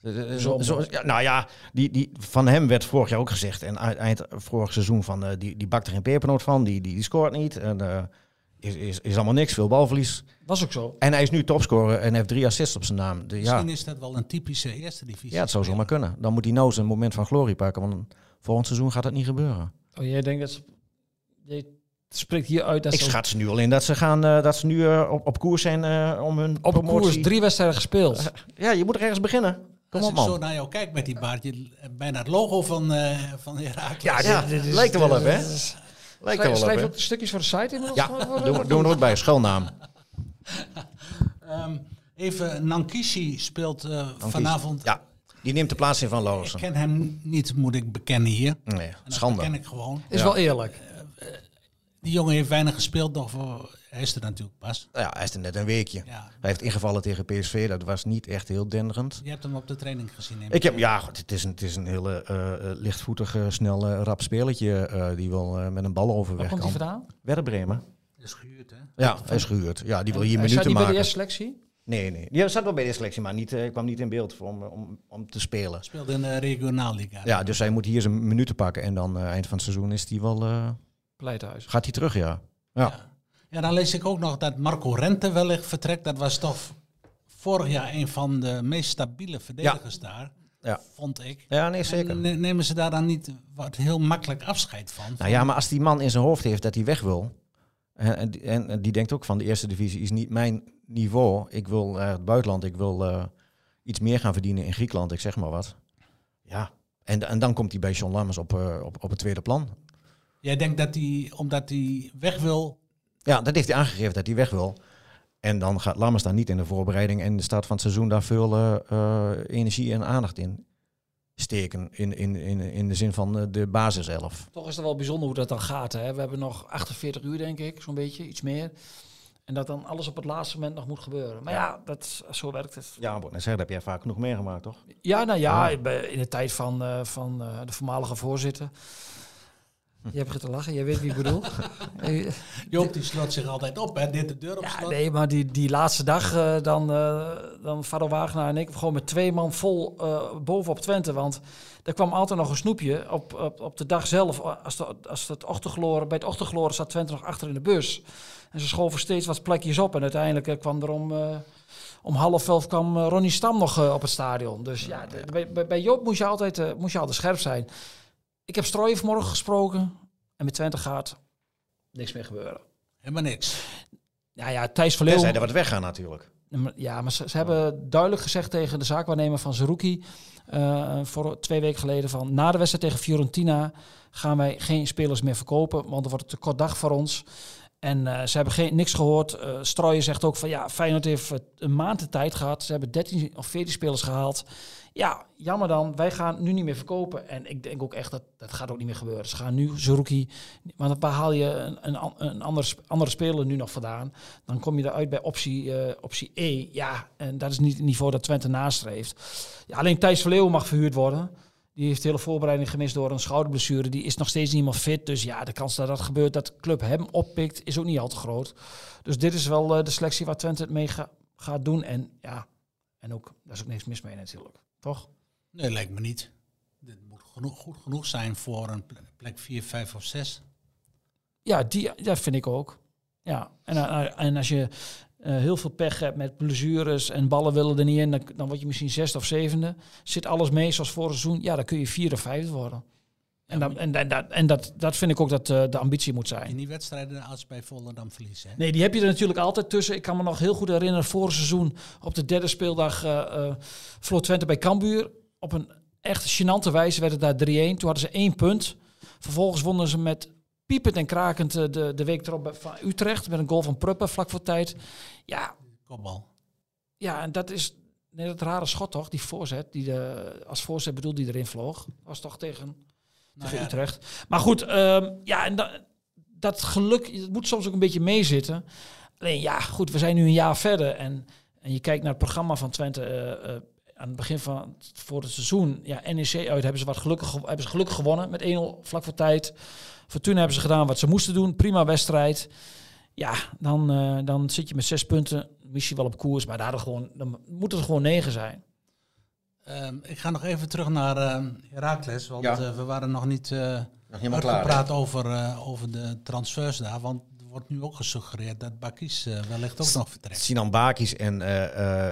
Speaker 6: Eh, Zo, zo- ja, nou ja, die, die, van hem werd vorig jaar ook gezegd. En eind- eind vorig seizoen van eh, die, die bakt er geen pepernoot van. Die, die, die scoort niet. En, eh, is, is, is allemaal niks. Veel balverlies.
Speaker 5: Was ook zo.
Speaker 6: En hij is nu topscorer en heeft drie assists op zijn naam. De- ja,
Speaker 4: Misschien is dat wel een typische eerste divisie.
Speaker 6: ja, het zou zomaar kunnen. Dan moet hij nou zijn moment van glorie pakken. Want volgend seizoen gaat dat niet gebeuren.
Speaker 5: Oh, jij denkt dat ze... Jij spreekt hier uit dat
Speaker 6: Ik
Speaker 5: ze
Speaker 6: schats nu alleen dat ze, gaan, eh, dat ze nu eh, op, op koers zijn eh, om hun
Speaker 5: op een
Speaker 6: promotie.
Speaker 5: koers drie wedstrijden gespeeld.
Speaker 6: Ja, je moet er ergens beginnen. Kom
Speaker 4: Als
Speaker 6: op,
Speaker 4: ik zo
Speaker 6: man.
Speaker 4: naar jou kijk met die baard, je, bijna het logo van, eh van Heracles.
Speaker 6: Ja, ja lijkt er wel op, hè? Lijkt er
Speaker 5: Schrijf,
Speaker 6: wel
Speaker 5: schrijf je
Speaker 6: op,
Speaker 5: ook de stukjes voor de site inmiddels?
Speaker 6: Ja, doen we er ook bij. Schuilnaam.
Speaker 4: Ehm, even, Nankishi speelt eh, vanavond.
Speaker 6: Ja, die neemt de plaats in van
Speaker 4: Ik
Speaker 6: Lauwersen.
Speaker 4: ken hem niet, moet ik bekennen hier. En
Speaker 6: Nee,
Speaker 4: dat ken
Speaker 6: schande.
Speaker 4: ik gewoon.
Speaker 5: Is wel eerlijk.
Speaker 4: Die jongen heeft weinig gespeeld nog. voor- Hij is er natuurlijk pas.
Speaker 6: Nou ja, hij is er net een weekje.
Speaker 4: Ja.
Speaker 6: Hij heeft ingevallen tegen PSV. Dat was niet echt heel denderend.
Speaker 4: Je hebt hem op de training gezien. neem
Speaker 6: Ik heb, ja, goed, het is een, het is een hele eh, eh, lichtvoetig, eh, snel, eh, rap spelertje eh, die wel eh, met een bal
Speaker 5: Waar
Speaker 6: overweg
Speaker 5: komt hij
Speaker 6: kan.
Speaker 5: vandaan?
Speaker 6: Werder Bremen.
Speaker 4: Is gehuurd, hè?
Speaker 6: Ja, hij is gehuurd. Ja, die wil hier
Speaker 5: Hij staat
Speaker 6: minuten
Speaker 5: niet bij de
Speaker 6: maken.
Speaker 5: eerste selectie.
Speaker 6: Nee, nee. Die zat wel bij de selectie, maar niet, eh, kwam niet in beeld voor om, eh, om, om te spelen.
Speaker 4: Speelde in de regionaalliga.
Speaker 6: Ja, dus hij moet hier zijn minuten pakken. En dan eh, eind van het seizoen is die wel, eh,
Speaker 5: Pleithuis.
Speaker 6: gaat hij terug, ja. Ja,
Speaker 4: Ja, dan lees ik ook nog dat Marco Rente wellicht vertrekt. Dat was toch vorig jaar een van de meest stabiele verdedigers daar,
Speaker 6: ja.
Speaker 4: vond ik.
Speaker 6: ja nee, zeker.
Speaker 4: En ne- nemen ze daar dan niet wat heel makkelijk afscheid van?
Speaker 6: Nou ja, maar als die man in zijn hoofd heeft dat hij weg wil. eh, En, die- en, en die denkt ook van de eerste divisie is niet mijn niveau. Ik wil naar het buitenland. Ik wil eh, iets meer gaan verdienen in Griekenland. Ik zeg maar wat. Ja. En, en dan komt hij bij John Lammers op, eh, op, op het tweede plan.
Speaker 4: Jij denkt dat hij, omdat hij weg wil,
Speaker 6: Ja, dat heeft hij aangegeven dat hij weg wil. En dan gaat Lammers daar niet in de voorbereiding en de start van het seizoen daar veel eh, eh, energie en aandacht in steken. In, in, in, in de zin van eh, de basiself.
Speaker 5: Toch is het wel bijzonder hoe dat dan gaat. Hè? We hebben nog 48 uur, denk ik, zo'n beetje, iets meer. En dat dan alles op het laatste moment nog moet gebeuren. Maar ja, dat, is- zo werkt het.
Speaker 6: Ja, maar dat heb jij vaak genoeg meegemaakt, toch?
Speaker 5: Ja, nou ja, ik ben in de tijd van, eh, van eh, de voormalige voorzitter. Je hebt te lachen, jij weet wie ik bedoel. Eh,
Speaker 4: Joop die slot zich altijd op, hè? Dit de deur op
Speaker 5: ja,
Speaker 4: slot.
Speaker 5: nee, maar die, die laatste dag eh, dan, eh dan Faro Wagenaar en ik gewoon met twee man vol eh, bovenop Twente. Want er kwam altijd nog een snoepje op, op, op de dag zelf. Als, de, als het ochtendgloren, bij het ochtendgloren zat Twente nog achter in de bus. En ze schoven steeds wat plekjes op. En uiteindelijk eh, kwam er om, eh, om half elf kwam eh, Ronnie Stam nog eh, op het stadion. Dus ja, de- bij, bij- bij Joop moest je, altijd, eh, moest je altijd scherp zijn. Ik heb Strooijen vanmorgen gesproken. En met Twente gaat niks meer gebeuren.
Speaker 4: Helemaal niks.
Speaker 5: Ja, ja, Thijs van Leeuwen...
Speaker 6: Tenzij er wat weggaan natuurlijk.
Speaker 5: Ja, maar ze, ze hebben duidelijk gezegd tegen de zaakwaarnemer van Zerouki... eh, voor twee weken geleden van... na de wedstrijd tegen Fiorentina gaan wij geen spelers meer verkopen... want er wordt een te kort dag voor ons. En eh, ze hebben geen, niks gehoord. Eh Strooijen zegt ook van ja, Feyenoord heeft eh, een maand de tijd gehad. Ze hebben 13 of 14 spelers gehaald. Ja, jammer dan. Wij gaan nu niet meer verkopen. En ik denk ook echt dat dat gaat ook niet meer gebeuren. Ze gaan nu Zerouki... Want waar haal je een, een, an- een ander, sp- andere speler nu nog vandaan? Dan kom je eruit bij optie, eh, optie E. Ja, en dat is niet het niveau dat Twente nastreeft. Ja, alleen Thijs Verleeuwen mag verhuurd worden. Die heeft de hele voorbereiding gemist door een schouderblessure. Die is nog steeds niet helemaal fit. Dus ja, de kans dat dat gebeurt, dat de club hem oppikt, is ook niet al te groot. Dus dit is wel eh, de selectie waar Twente het mee ga- gaat doen. En ja, en ook, daar is ook niks mis mee natuurlijk. Toch?
Speaker 4: Nee, lijkt me niet. Dit moet genoeg, goed genoeg zijn voor een ple- plek 4, 5 of 6.
Speaker 5: Ja, die, dat vind ik ook. Ja, en, eh, en als je eh, heel veel pech hebt met blessures en ballen willen er niet in, dan, dan word je misschien zesde of zevende. Zit alles mee zoals vorig seizoen, ja, dan kun je vierde of vijfde worden. En, dan, en, en, dat- en dat, dat vind ik ook dat eh, de ambitie moet zijn.
Speaker 4: In die wedstrijden als bij Volendam verliezen. Hè?
Speaker 5: Nee, die heb je er natuurlijk altijd tussen. Ik kan me nog heel goed herinneren, vorig seizoen op de derde speeldag eh eh, verloor Twente bij Cambuur. Op een echt gênante wijze werd het daar 3-1. Toen hadden ze één punt. Vervolgens wonnen ze met piepend en krakend eh, de, de week erop bij- van Utrecht. Met een goal van Pruppen vlak voor tijd. Ja,
Speaker 4: Kopbal.
Speaker 5: ja en dat is nee, dat rare schot toch? Die voorzet, die de, als voorzet bedoel die erin vloog. Was toch tegen
Speaker 4: Nou
Speaker 5: tegen
Speaker 4: ja,
Speaker 5: Utrecht. Maar goed, ehm, ja, en da- dat geluk dat moet soms ook een beetje meezitten. Alleen ja, goed, we zijn nu een jaar verder. En, en je kijkt naar het programma van Twente eh, eh, aan het begin van het- voor het seizoen. Ja, NEC uit hebben ze, wat gelukkig, gew- hebben ze gelukkig gewonnen met 1-0 vlak voor tijd. Fortuna hebben ze gedaan wat ze moesten doen. Prima wedstrijd. Ja, dan, eh, dan zit je met zes punten misschien wel op koers. Maar daar gewoon, dan moet het gewoon negen zijn.
Speaker 4: Ehm, ik ga nog even terug naar ehm Herakles, want
Speaker 6: Ja.
Speaker 4: eh, we waren nog niet eh
Speaker 6: Nog
Speaker 4: uitgepraat over, eh, over de transfers daar. Want er wordt nu ook gesuggereerd dat Bakis eh, wellicht ook nog vertrekt.
Speaker 6: Sinan Bakis en eh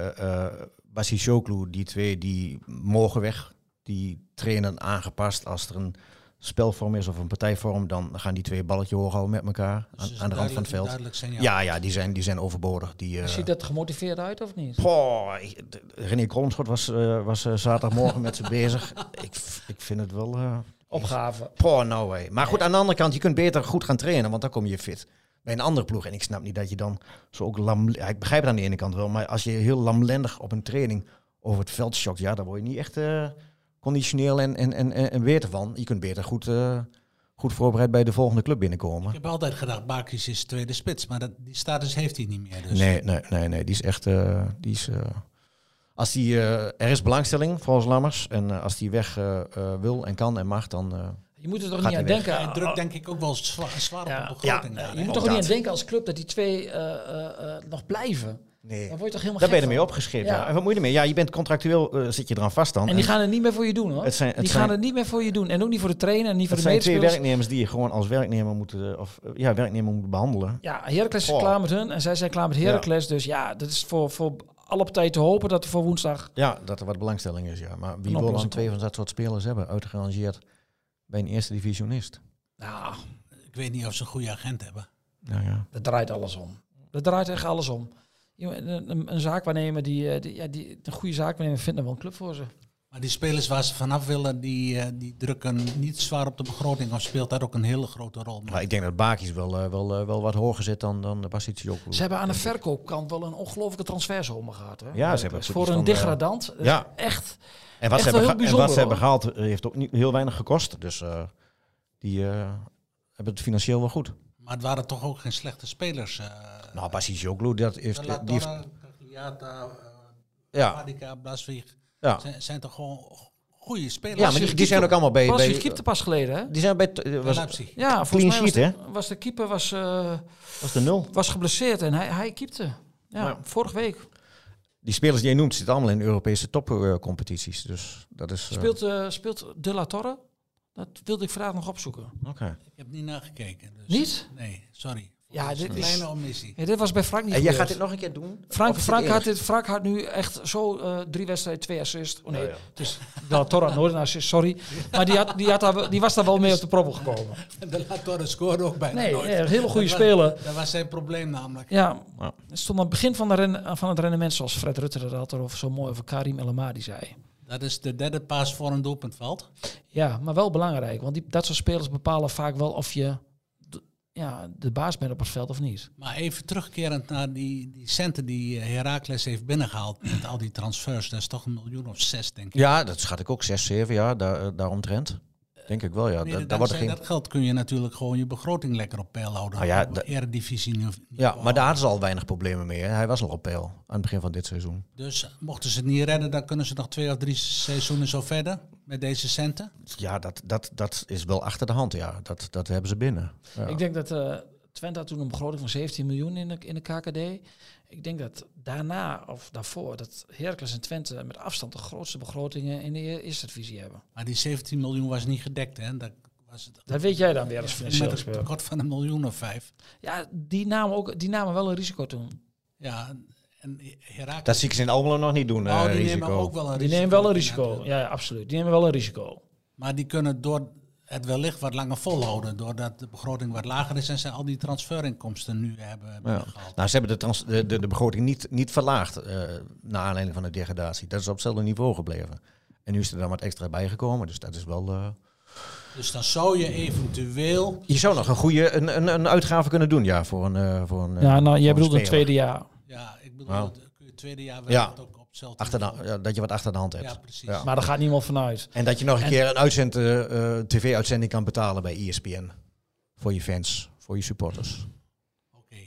Speaker 6: eh, eh, Bassi Shoglu, die twee, die mogen weg. Die trainen aangepast. Als er een spelvorm is of een partijvorm, dan gaan die twee balletje hoog houden met elkaar.
Speaker 4: Dus
Speaker 6: Aan,
Speaker 4: het is
Speaker 6: aan de rand van
Speaker 4: duidelijk-
Speaker 6: het veld.
Speaker 4: duidelijk signaal.
Speaker 6: Ja, ja, die zijn, die zijn overbodig. Die, eh,
Speaker 5: Ziet dat gemotiveerd uit of niet?
Speaker 6: Goh, ik- d- René Kromschot was, eh, was eh, zaterdagmorgen met ze bezig. Ik, v- ik vind het wel... eh
Speaker 5: Opgave.
Speaker 6: poor no way. Maar goed, aan de andere kant, je kunt beter goed gaan trainen, want dan kom je fit. Bij een andere ploeg. En ik snap niet dat je dan zo ook lam... Ja, ik begrijp het aan de ene kant wel, maar als je heel lamlendig op een training over het veld schokt, ja, dan word je niet echt eh, conditioneel en, en, en, en, en weet ervan. Je kunt beter goed, eh, goed voorbereid bij de volgende club binnenkomen.
Speaker 4: Ik heb altijd gedacht, Bakis is tweede spits, maar dat, die status heeft hij niet meer. Dus.
Speaker 6: Nee, nee, nee, nee. Die is echt. eh, die is, eh, als die, eh, er is belangstelling volgens Lammers. En eh, als die weg eh, eh, wil en kan en mag, dan. eh,
Speaker 5: Je moet er toch
Speaker 6: Gaat
Speaker 5: niet aan
Speaker 6: hij weg.
Speaker 5: denken.
Speaker 4: Hij drukt denk ik ook wel zwa- zwaar
Speaker 5: Ja.
Speaker 4: op de begroting.
Speaker 6: Ja.
Speaker 4: daar, hè?
Speaker 5: je moet toch
Speaker 6: Ook
Speaker 5: niet aan
Speaker 6: dat.
Speaker 5: denken als club dat die twee eh, eh, eh, nog blijven.
Speaker 6: nee.
Speaker 5: Dan word je toch helemaal
Speaker 6: Daar ben
Speaker 5: gek
Speaker 6: je ermee
Speaker 5: van.
Speaker 6: opgeschreven.
Speaker 5: Ja.
Speaker 6: Ja. En wat moet je ermee? Ja, je bent contractueel, eh, zit je eraan vast dan.
Speaker 5: En die gaan het niet meer voor je doen hoor.
Speaker 6: Het zijn- het
Speaker 5: die
Speaker 6: zijn-
Speaker 5: gaan het niet meer voor je doen. En ook niet voor de trainer en niet voor
Speaker 6: het
Speaker 5: de
Speaker 6: zijn twee
Speaker 5: medespelers.
Speaker 6: werknemers die je gewoon als werknemer moet, eh, of, eh, ja, werknemer moet behandelen.
Speaker 5: Ja, Heracles is
Speaker 6: Goh.
Speaker 5: klaar met hun en zij zijn klaar met Heracles. Dus ja, dat is voor, voor alle partijen te hopen dat er voor woensdag...
Speaker 6: Ja, dat er wat belangstelling is, ja. Maar wie wil dan
Speaker 5: oplossing
Speaker 6: twee van dat soort spelers hebben, uitgerangeerd bij een eerste divisionist?
Speaker 5: Nou,
Speaker 4: Ik weet niet of ze een goede agent hebben.
Speaker 6: Nou ja.
Speaker 5: dat draait alles om. Dat draait echt alles om. Je- Een, een, een zaakwaarnemer die, eh, die, ja, die... Een goede zaakwaarnemer vindt dan wel een club voor ze.
Speaker 4: Maar die spelers waar ze vanaf willen, die, eh, die drukken niet zwaar op de begroting. Of speelt daar ook een hele grote rol.
Speaker 6: Maar ik denk dat Bakis wel, eh, wel, eh, wel wat hoger zit dan, dan Basitjok.
Speaker 5: Ze hebben aan de verkoopkant wel een ongelofelijke transferzomer gehad. Hè?
Speaker 6: hebben
Speaker 5: Heracles.
Speaker 6: goed
Speaker 5: Voor
Speaker 6: iets
Speaker 5: een
Speaker 6: van, eh,
Speaker 5: degradant. Dat is
Speaker 6: ja.
Speaker 5: Echt.
Speaker 6: En wat,
Speaker 5: Echt
Speaker 6: ze hebben,
Speaker 5: wel heel
Speaker 6: geha- en wat ze
Speaker 5: bijzonder,
Speaker 6: hebben gehaald eh, heeft ook niet heel weinig gekost. Dus eh, die eh, hebben het financieel wel goed.
Speaker 4: Maar het waren toch ook geen slechte spelers. eh
Speaker 6: Nou, Basitjok, dat heeft...
Speaker 4: Belladonna,
Speaker 6: die heeft-
Speaker 4: Cagliata, eh,
Speaker 6: ja,
Speaker 4: Adica, Blaswijk.
Speaker 6: ja.
Speaker 4: Zijn, zijn toch gewoon goede spelers.
Speaker 6: Ah. ja, maar die, die zijn ook allemaal bij...
Speaker 5: Pas
Speaker 6: bij
Speaker 5: je keeper pas geleden, hè?
Speaker 6: die zijn bij... t- eh,
Speaker 4: Bij
Speaker 6: was,
Speaker 4: Leipzig.
Speaker 5: Ja, volgens
Speaker 6: Clean
Speaker 5: mij was,
Speaker 6: sheet,
Speaker 5: de, was de keeper was, eh,
Speaker 6: was de nul.
Speaker 5: was geblesseerd en hij, hij keepte. Ja,
Speaker 6: Ja.
Speaker 5: vorige week.
Speaker 6: Die spelers die je noemt zitten allemaal in Europese topcompetities. Dus dat is... eh,
Speaker 5: Speelt, eh, speelt De La Torre? Dat wilde ik vandaag nog opzoeken.
Speaker 6: Oké.
Speaker 4: Ik heb niet nagekeken. Dus
Speaker 5: Niet?
Speaker 4: Nee, sorry.
Speaker 5: Ja, dit, is,
Speaker 4: Kleine omissie.
Speaker 5: ja, dit was bij Frank niet
Speaker 6: En jij gaat
Speaker 5: gebeurd.
Speaker 6: dit nog een keer doen?
Speaker 5: Frank,
Speaker 6: Of is
Speaker 5: Frank,
Speaker 6: dit
Speaker 5: had
Speaker 6: eerst?
Speaker 5: dit, Frank had nu echt zo eh, drie wedstrijden, twee assists. Oh nee,
Speaker 6: Oh ja.
Speaker 5: het is De La Torre had nooit een assist, sorry. Maar die, had, die, had daar, wel- die was daar wel mee op de proppel gekomen.
Speaker 4: De Latorre scoorde ook bijna
Speaker 5: Nee,
Speaker 4: nooit.
Speaker 5: nee, een hele goede
Speaker 4: Dat was-
Speaker 5: speler.
Speaker 4: Dat was zijn probleem namelijk.
Speaker 5: Ja,
Speaker 6: Ja.
Speaker 5: het stond aan het begin van, de ren, van het rendement, zoals Fred Rutte dat had erover zo mooi over Karim El Amadi zei.
Speaker 4: Dat is de derde paas voor een doelpunt valt.
Speaker 5: Ja, maar wel belangrijk. Want die, dat soort spelers bepalen vaak wel of je de, ja, de baas bent op het veld of niet.
Speaker 4: Maar even terugkerend naar die, die centen die eh, Heracles heeft binnengehaald met al die transfers. Dat is toch een miljoen of zes, denk ik.
Speaker 6: Ja, dat schat ik ook. Zes, zeven jaar, daar, eh, daaromtrent. Denk ik wel, ja.
Speaker 4: Mede
Speaker 6: Daar, daar wordt
Speaker 4: dankzij
Speaker 6: geen...
Speaker 4: dat geld kun je natuurlijk gewoon je begroting lekker op peil houden.
Speaker 6: Nou ja,
Speaker 4: Op
Speaker 6: dat-
Speaker 4: eredivisie nu-
Speaker 6: Ja, maar daar hadden ze al weinig problemen mee. Hè. Hij was nog op peil aan het begin van dit seizoen.
Speaker 4: Dus mochten ze het niet redden, dan kunnen ze nog twee of drie seizoenen zo verder met deze centen.
Speaker 6: Ja, dat, dat, dat is wel achter de hand, ja. Dat, dat hebben ze binnen. Ja.
Speaker 5: Ik denk dat eh Twente had toen een begroting van 17 miljoen in de, in de KKD. Ik denk dat daarna of daarvoor dat Heracles en Twente met afstand de grootste begrotingen in de e- eerste divisie hebben.
Speaker 4: Maar die 17 miljoen was niet gedekt, hè? Dat was het
Speaker 5: Dat weet jij dan weer als financieel
Speaker 4: met een
Speaker 5: expert.
Speaker 4: tekort van een miljoen of vijf.
Speaker 5: Ja, die namen, ook, die namen wel een risico toen.
Speaker 4: Ja, en Heracles...
Speaker 6: Dat zie ik ze in Almelo nog niet doen,
Speaker 4: Nou,
Speaker 6: eh,
Speaker 4: die
Speaker 6: risico.
Speaker 4: nemen ook wel een
Speaker 5: Die
Speaker 4: risico.
Speaker 5: nemen wel een
Speaker 4: natuurlijk.
Speaker 5: risico. Ja, ja, absoluut. Die nemen wel een risico.
Speaker 4: Maar die kunnen door het wellicht wat langer volhouden. Doordat de begroting wat lager is en ze al die transferinkomsten nu hebben
Speaker 6: Ja.
Speaker 4: binnengehaald.
Speaker 6: Nou, ze hebben de, trans- de, de, de begroting niet, niet verlaagd eh naar aanleiding van de degradatie. Dat is op hetzelfde niveau gebleven. En nu is er dan wat extra bijgekomen, dus dat is wel... eh,
Speaker 4: Dus dan zou je eventueel.
Speaker 6: Je zou nog een goede een, een, een uitgave kunnen doen, ja, voor een... eh, voor een eh,
Speaker 5: Ja, nou,
Speaker 6: voor
Speaker 5: jij bedoelt een
Speaker 6: speler.
Speaker 5: tweede jaar.
Speaker 4: Ja, ik bedoel,
Speaker 6: Wauw.
Speaker 4: het het tweede jaar
Speaker 6: Ja.
Speaker 4: werd het ook op hetzelfde
Speaker 6: Achter de,
Speaker 4: niveau.
Speaker 6: ja, dat je wat achter de hand hebt.
Speaker 4: Ja, precies.
Speaker 6: Ja.
Speaker 5: Maar daar gaat niemand vanuit.
Speaker 6: En dat je nog een
Speaker 5: En-
Speaker 6: keer een uitzend, eh, eh, tv-uitzending kan betalen bij E ESPN. Voor je fans, voor je supporters.
Speaker 4: Oké.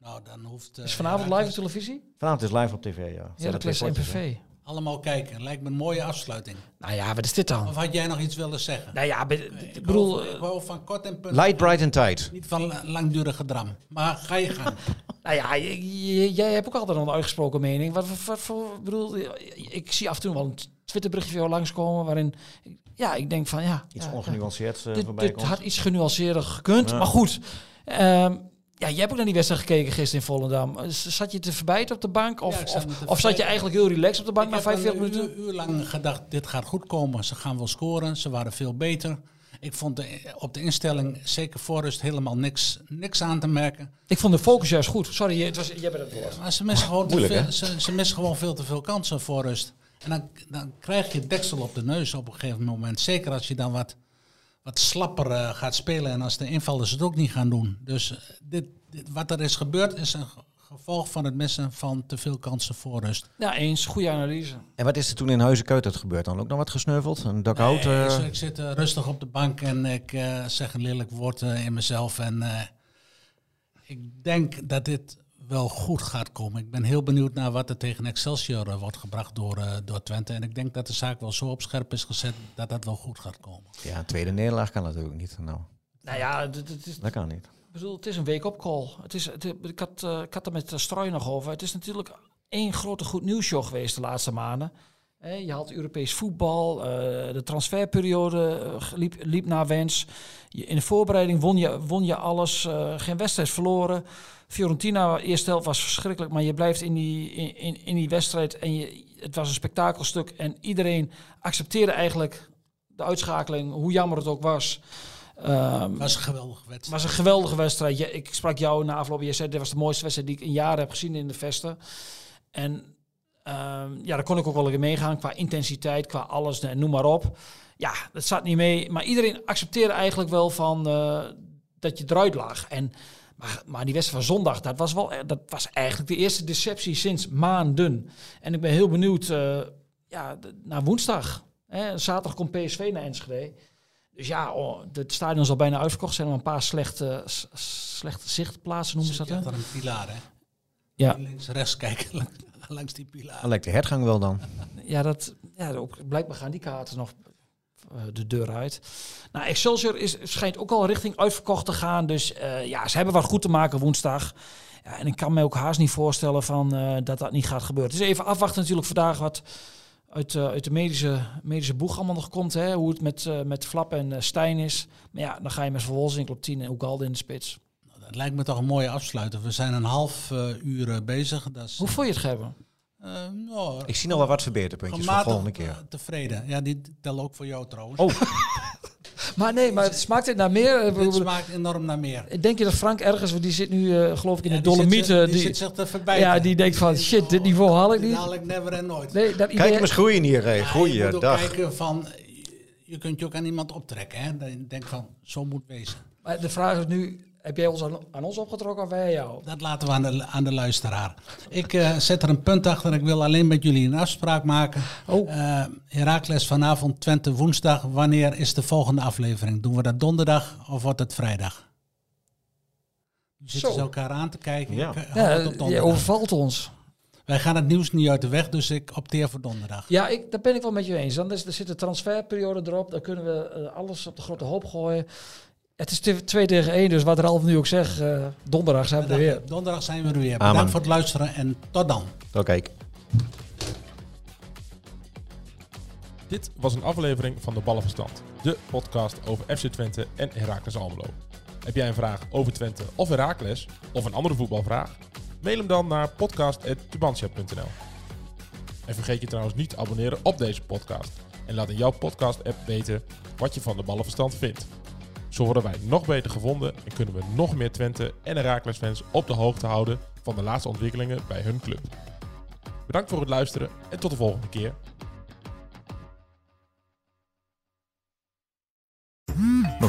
Speaker 4: Nou, dan hoeft. eh,
Speaker 5: Is vanavond live
Speaker 4: Heracles
Speaker 5: op televisie?
Speaker 6: Vanavond is live op tv, ja.
Speaker 5: Heracles MPV.
Speaker 4: Allemaal kijken. Lijkt me een mooie afsluiting.
Speaker 5: Nou ja, wat is dit dan?
Speaker 4: Of had jij nog iets willen zeggen?
Speaker 5: Nou ja, be-
Speaker 4: Ik
Speaker 5: ik bedoel,
Speaker 4: wou- ik
Speaker 5: eh,
Speaker 4: wou van kort en punt.
Speaker 6: Light, bright and tight.
Speaker 4: Niet van la- langdurig gedram. Maar ga je gang.
Speaker 5: nou ja, j- j- jij hebt ook altijd een uitgesproken mening. Wat, wat, wat voor- ik bedoel, eh, ik zie af en toe wel een t- Twitterberichtje van jou langskomen waarin, ja, ik denk van ja,
Speaker 6: Iets
Speaker 5: ja,
Speaker 6: ongenuanceerds eh,
Speaker 5: ja, dit,
Speaker 6: voorbij
Speaker 5: dit
Speaker 6: komt.
Speaker 5: had iets genuanceerder gekund, maar goed. Ehm, ja, jij hebt ook naar die wedstrijd gekeken gisteren in Volendam. Eh, z- Zat je te verbijten op de bank of,
Speaker 4: Ja, ik zat me te
Speaker 5: of, of zat je
Speaker 4: verbijten.
Speaker 5: eigenlijk heel relaxed op de bank
Speaker 4: Ik
Speaker 5: na
Speaker 4: heb
Speaker 5: 45
Speaker 4: een
Speaker 5: minuten?
Speaker 4: uur, uur lang gedacht, dit gaat goed komen. Ze gaan wel scoren. Ze waren veel beter. Ik vond de, op de instelling, zeker voor rust, helemaal niks, niks aan te merken.
Speaker 5: Ik vond de focus juist goed. Sorry, je- het was, jij bent het woord.
Speaker 4: Maar ze missen gewoon, te
Speaker 6: Moeilijk,
Speaker 4: veel, ze, ze missen gewoon veel te veel kansen voor rust. En dan, dan krijg je deksel op de neus op een gegeven moment. Zeker als je dan wat, wat slapper eh, gaat spelen en als de invallers het ook niet gaan doen. Dus eh, dit, dit, wat er is gebeurd is een g- gevolg van het missen van te veel kansen voor rust.
Speaker 5: Ja, eens. Goede analyse.
Speaker 6: En wat is er toen in Huizenkeutert gebeurd dan? Ook nog wat gesneuveld? Een dak hout?
Speaker 4: Nee,
Speaker 6: eh?
Speaker 4: dus ik zit eh, rustig op de bank en ik eh, zeg een lelijk woord eh, in mezelf. En eh, ik denk dat dit wel goed gaat komen. Ik ben heel benieuwd naar wat er tegen Excelsior eh, wordt gebracht door, eh, door Twente. En ik denk dat de zaak wel zo op scherp is gezet dat dat wel goed gaat komen.
Speaker 6: Ja, een tweede nederlaag kan natuurlijk niet. Nou,
Speaker 5: Nou ja, dit- dit is-
Speaker 6: dat kan niet.
Speaker 5: Ik bedoel, het is een week-up call. Het is, het, ik, had, eh, ik had er met eh, Strooi nog over. Het is natuurlijk één grote goed nieuwsshow geweest de laatste maanden. Hè, je had Europees voetbal, eh, de transferperiode eh, liep, liep naar wens. Je- in de voorbereiding won je, won je alles, eh, geen wedstrijd verloren. Fiorentina, eerste helft was verschrikkelijk, maar je blijft in die, in, in, in die wedstrijd. En je, het was een spektakelstuk en iedereen accepteerde eigenlijk de uitschakeling, hoe jammer het ook was. Ehm,
Speaker 4: Het was een geweldige wedstrijd.
Speaker 5: het was een geweldige wedstrijd. Je- ik sprak jou na afloop. Je zei, dit was de mooiste wedstrijd die ik in jaren heb gezien in de Vesten. En ehm, ja, daar kon ik ook wel in meegaan. Qua intensiteit, qua alles, en noem maar op. Ja, dat zat niet mee. Maar iedereen accepteerde eigenlijk wel van eh, dat je eruit lag. En, maar, maar die wedstrijd van zondag, dat was, wel, eh, dat was eigenlijk de eerste deceptie sinds maanden. En ik ben heel benieuwd eh, ja, d- naar woensdag. Hè, zaterdag komt PSV naar Enschede. Dus ja, oh, het stadion is al bijna uitverkocht. Er zijn nog een paar slechte, s- s- slechte zichtplaatsen, noemen ze dat.
Speaker 4: Je
Speaker 5: hè?
Speaker 4: had er een pilaar, hè?
Speaker 5: Ja.
Speaker 4: Links, rechts kijken lang- langs die pilaar.
Speaker 6: Dan lijkt de hertgang wel dan.
Speaker 5: Ja, dat, ja ook, blijkbaar gaan die kaarten nog eh, de deur uit. Nou, Excelsior is, schijnt ook al richting uitverkocht te gaan. Dus eh, ja, ze hebben wat goed te maken woensdag. Ja, en ik kan me ook haast niet voorstellen van, eh, dat dat niet gaat gebeuren. Dus even afwachten natuurlijk vandaag wat uit, eh, uit de medische, medische boeg allemaal nog komt. Hè? Hoe het met, eh, met Flap en eh, Stijn is. Maar ja, dan ga je met Van Wolfswinkel op 10 en Oegalde in de spits.
Speaker 4: Dat lijkt me toch een mooie afsluiter. We zijn een half eh, uur eh, bezig. Dat is,
Speaker 5: Hoe voel je het, Gerben?
Speaker 4: eh, nou,
Speaker 6: Ik zie nog wel wat verbeterpuntjes voor de
Speaker 4: gematigd,
Speaker 6: volgende
Speaker 4: eh,
Speaker 6: keer.
Speaker 4: Tevreden. Ja, die tellen ook voor jou trouwens.
Speaker 6: Oh.
Speaker 5: Maar nee, maar smaakt het naar meer? eh,
Speaker 4: Dit smaakt enorm naar meer.
Speaker 5: Denk je dat Frank ergens, want die zit nu eh, geloof ik in
Speaker 4: Ja,
Speaker 5: de
Speaker 4: die zit
Speaker 5: Dolomieten.
Speaker 4: zich-
Speaker 5: Die,
Speaker 4: die zit zich te verbijten.
Speaker 5: Ja, die denkt van
Speaker 4: Die is
Speaker 5: shit, dit
Speaker 4: al-
Speaker 5: niveau haal ik
Speaker 4: dit
Speaker 5: niet.
Speaker 4: haal ik never en nooit.
Speaker 5: Nee, dat
Speaker 6: Kijk
Speaker 5: idee-
Speaker 6: hem eens groeien hier. hè.
Speaker 4: Ja, je moet ook
Speaker 6: Goeiedag.
Speaker 4: kijken van, je kunt je ook aan iemand optrekken. Hè? Dan denk je van, zo moet wezen.
Speaker 5: Maar de vraag is nu, heb jij ons aan, aan ons opgetrokken of wij aan jou?
Speaker 4: Dat laten we aan de, aan de luisteraar. Ik eh, zet er een punt achter. Ik wil alleen met jullie een afspraak maken.
Speaker 5: Oh.
Speaker 4: Eh, Heracles vanavond, Twente woensdag. Wanneer is de volgende aflevering? Doen we dat donderdag of wordt het vrijdag? Nu zitten
Speaker 5: Zo.
Speaker 4: ze elkaar aan te kijken.
Speaker 6: Ja.
Speaker 4: Ik, eh, hou
Speaker 5: Ja,
Speaker 4: het op
Speaker 5: je
Speaker 4: donderdag.
Speaker 5: overvalt ons.
Speaker 4: Wij gaan het nieuws niet uit de weg, dus ik opteer voor donderdag.
Speaker 5: Ja, ik, daar ben ik wel met je eens. Dan is, er zit de transferperiode erop, dan kunnen we eh, alles op de grote hoop gooien. Het is te- 2 tegen 1, dus wat Ralf nu ook zegt, eh, donderdag zijn we er weer.
Speaker 4: Donderdag zijn we er weer.
Speaker 6: Amen.
Speaker 4: Bedankt voor het luisteren en tot dan.
Speaker 6: Zo kijk.
Speaker 7: Dit was een aflevering van de Ballenverstand, de podcast over FC Twente en Heracles Almelo. Heb jij een vraag over Twente of Heracles of een andere voetbalvraag? Mail hem dan naar podcast@tubantia.nl. En vergeet je trouwens niet te abonneren op deze podcast en laat in jouw podcast app weten wat je van de Ballenverstand vindt. Zo worden wij nog beter gevonden en kunnen we nog meer Twente en Heracles fans op de hoogte houden van de laatste ontwikkelingen bij hun club. Bedankt voor het luisteren en tot de volgende keer.
Speaker 8: We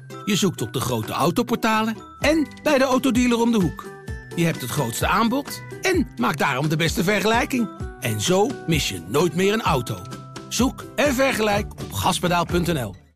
Speaker 9: Je zoekt op de grote autoportalen en bij de autodealer om de hoek. Je hebt het grootste aanbod en maakt daarom de beste vergelijking. En zo mis je nooit meer een auto. Zoek en vergelijk op gaspedaal.nl.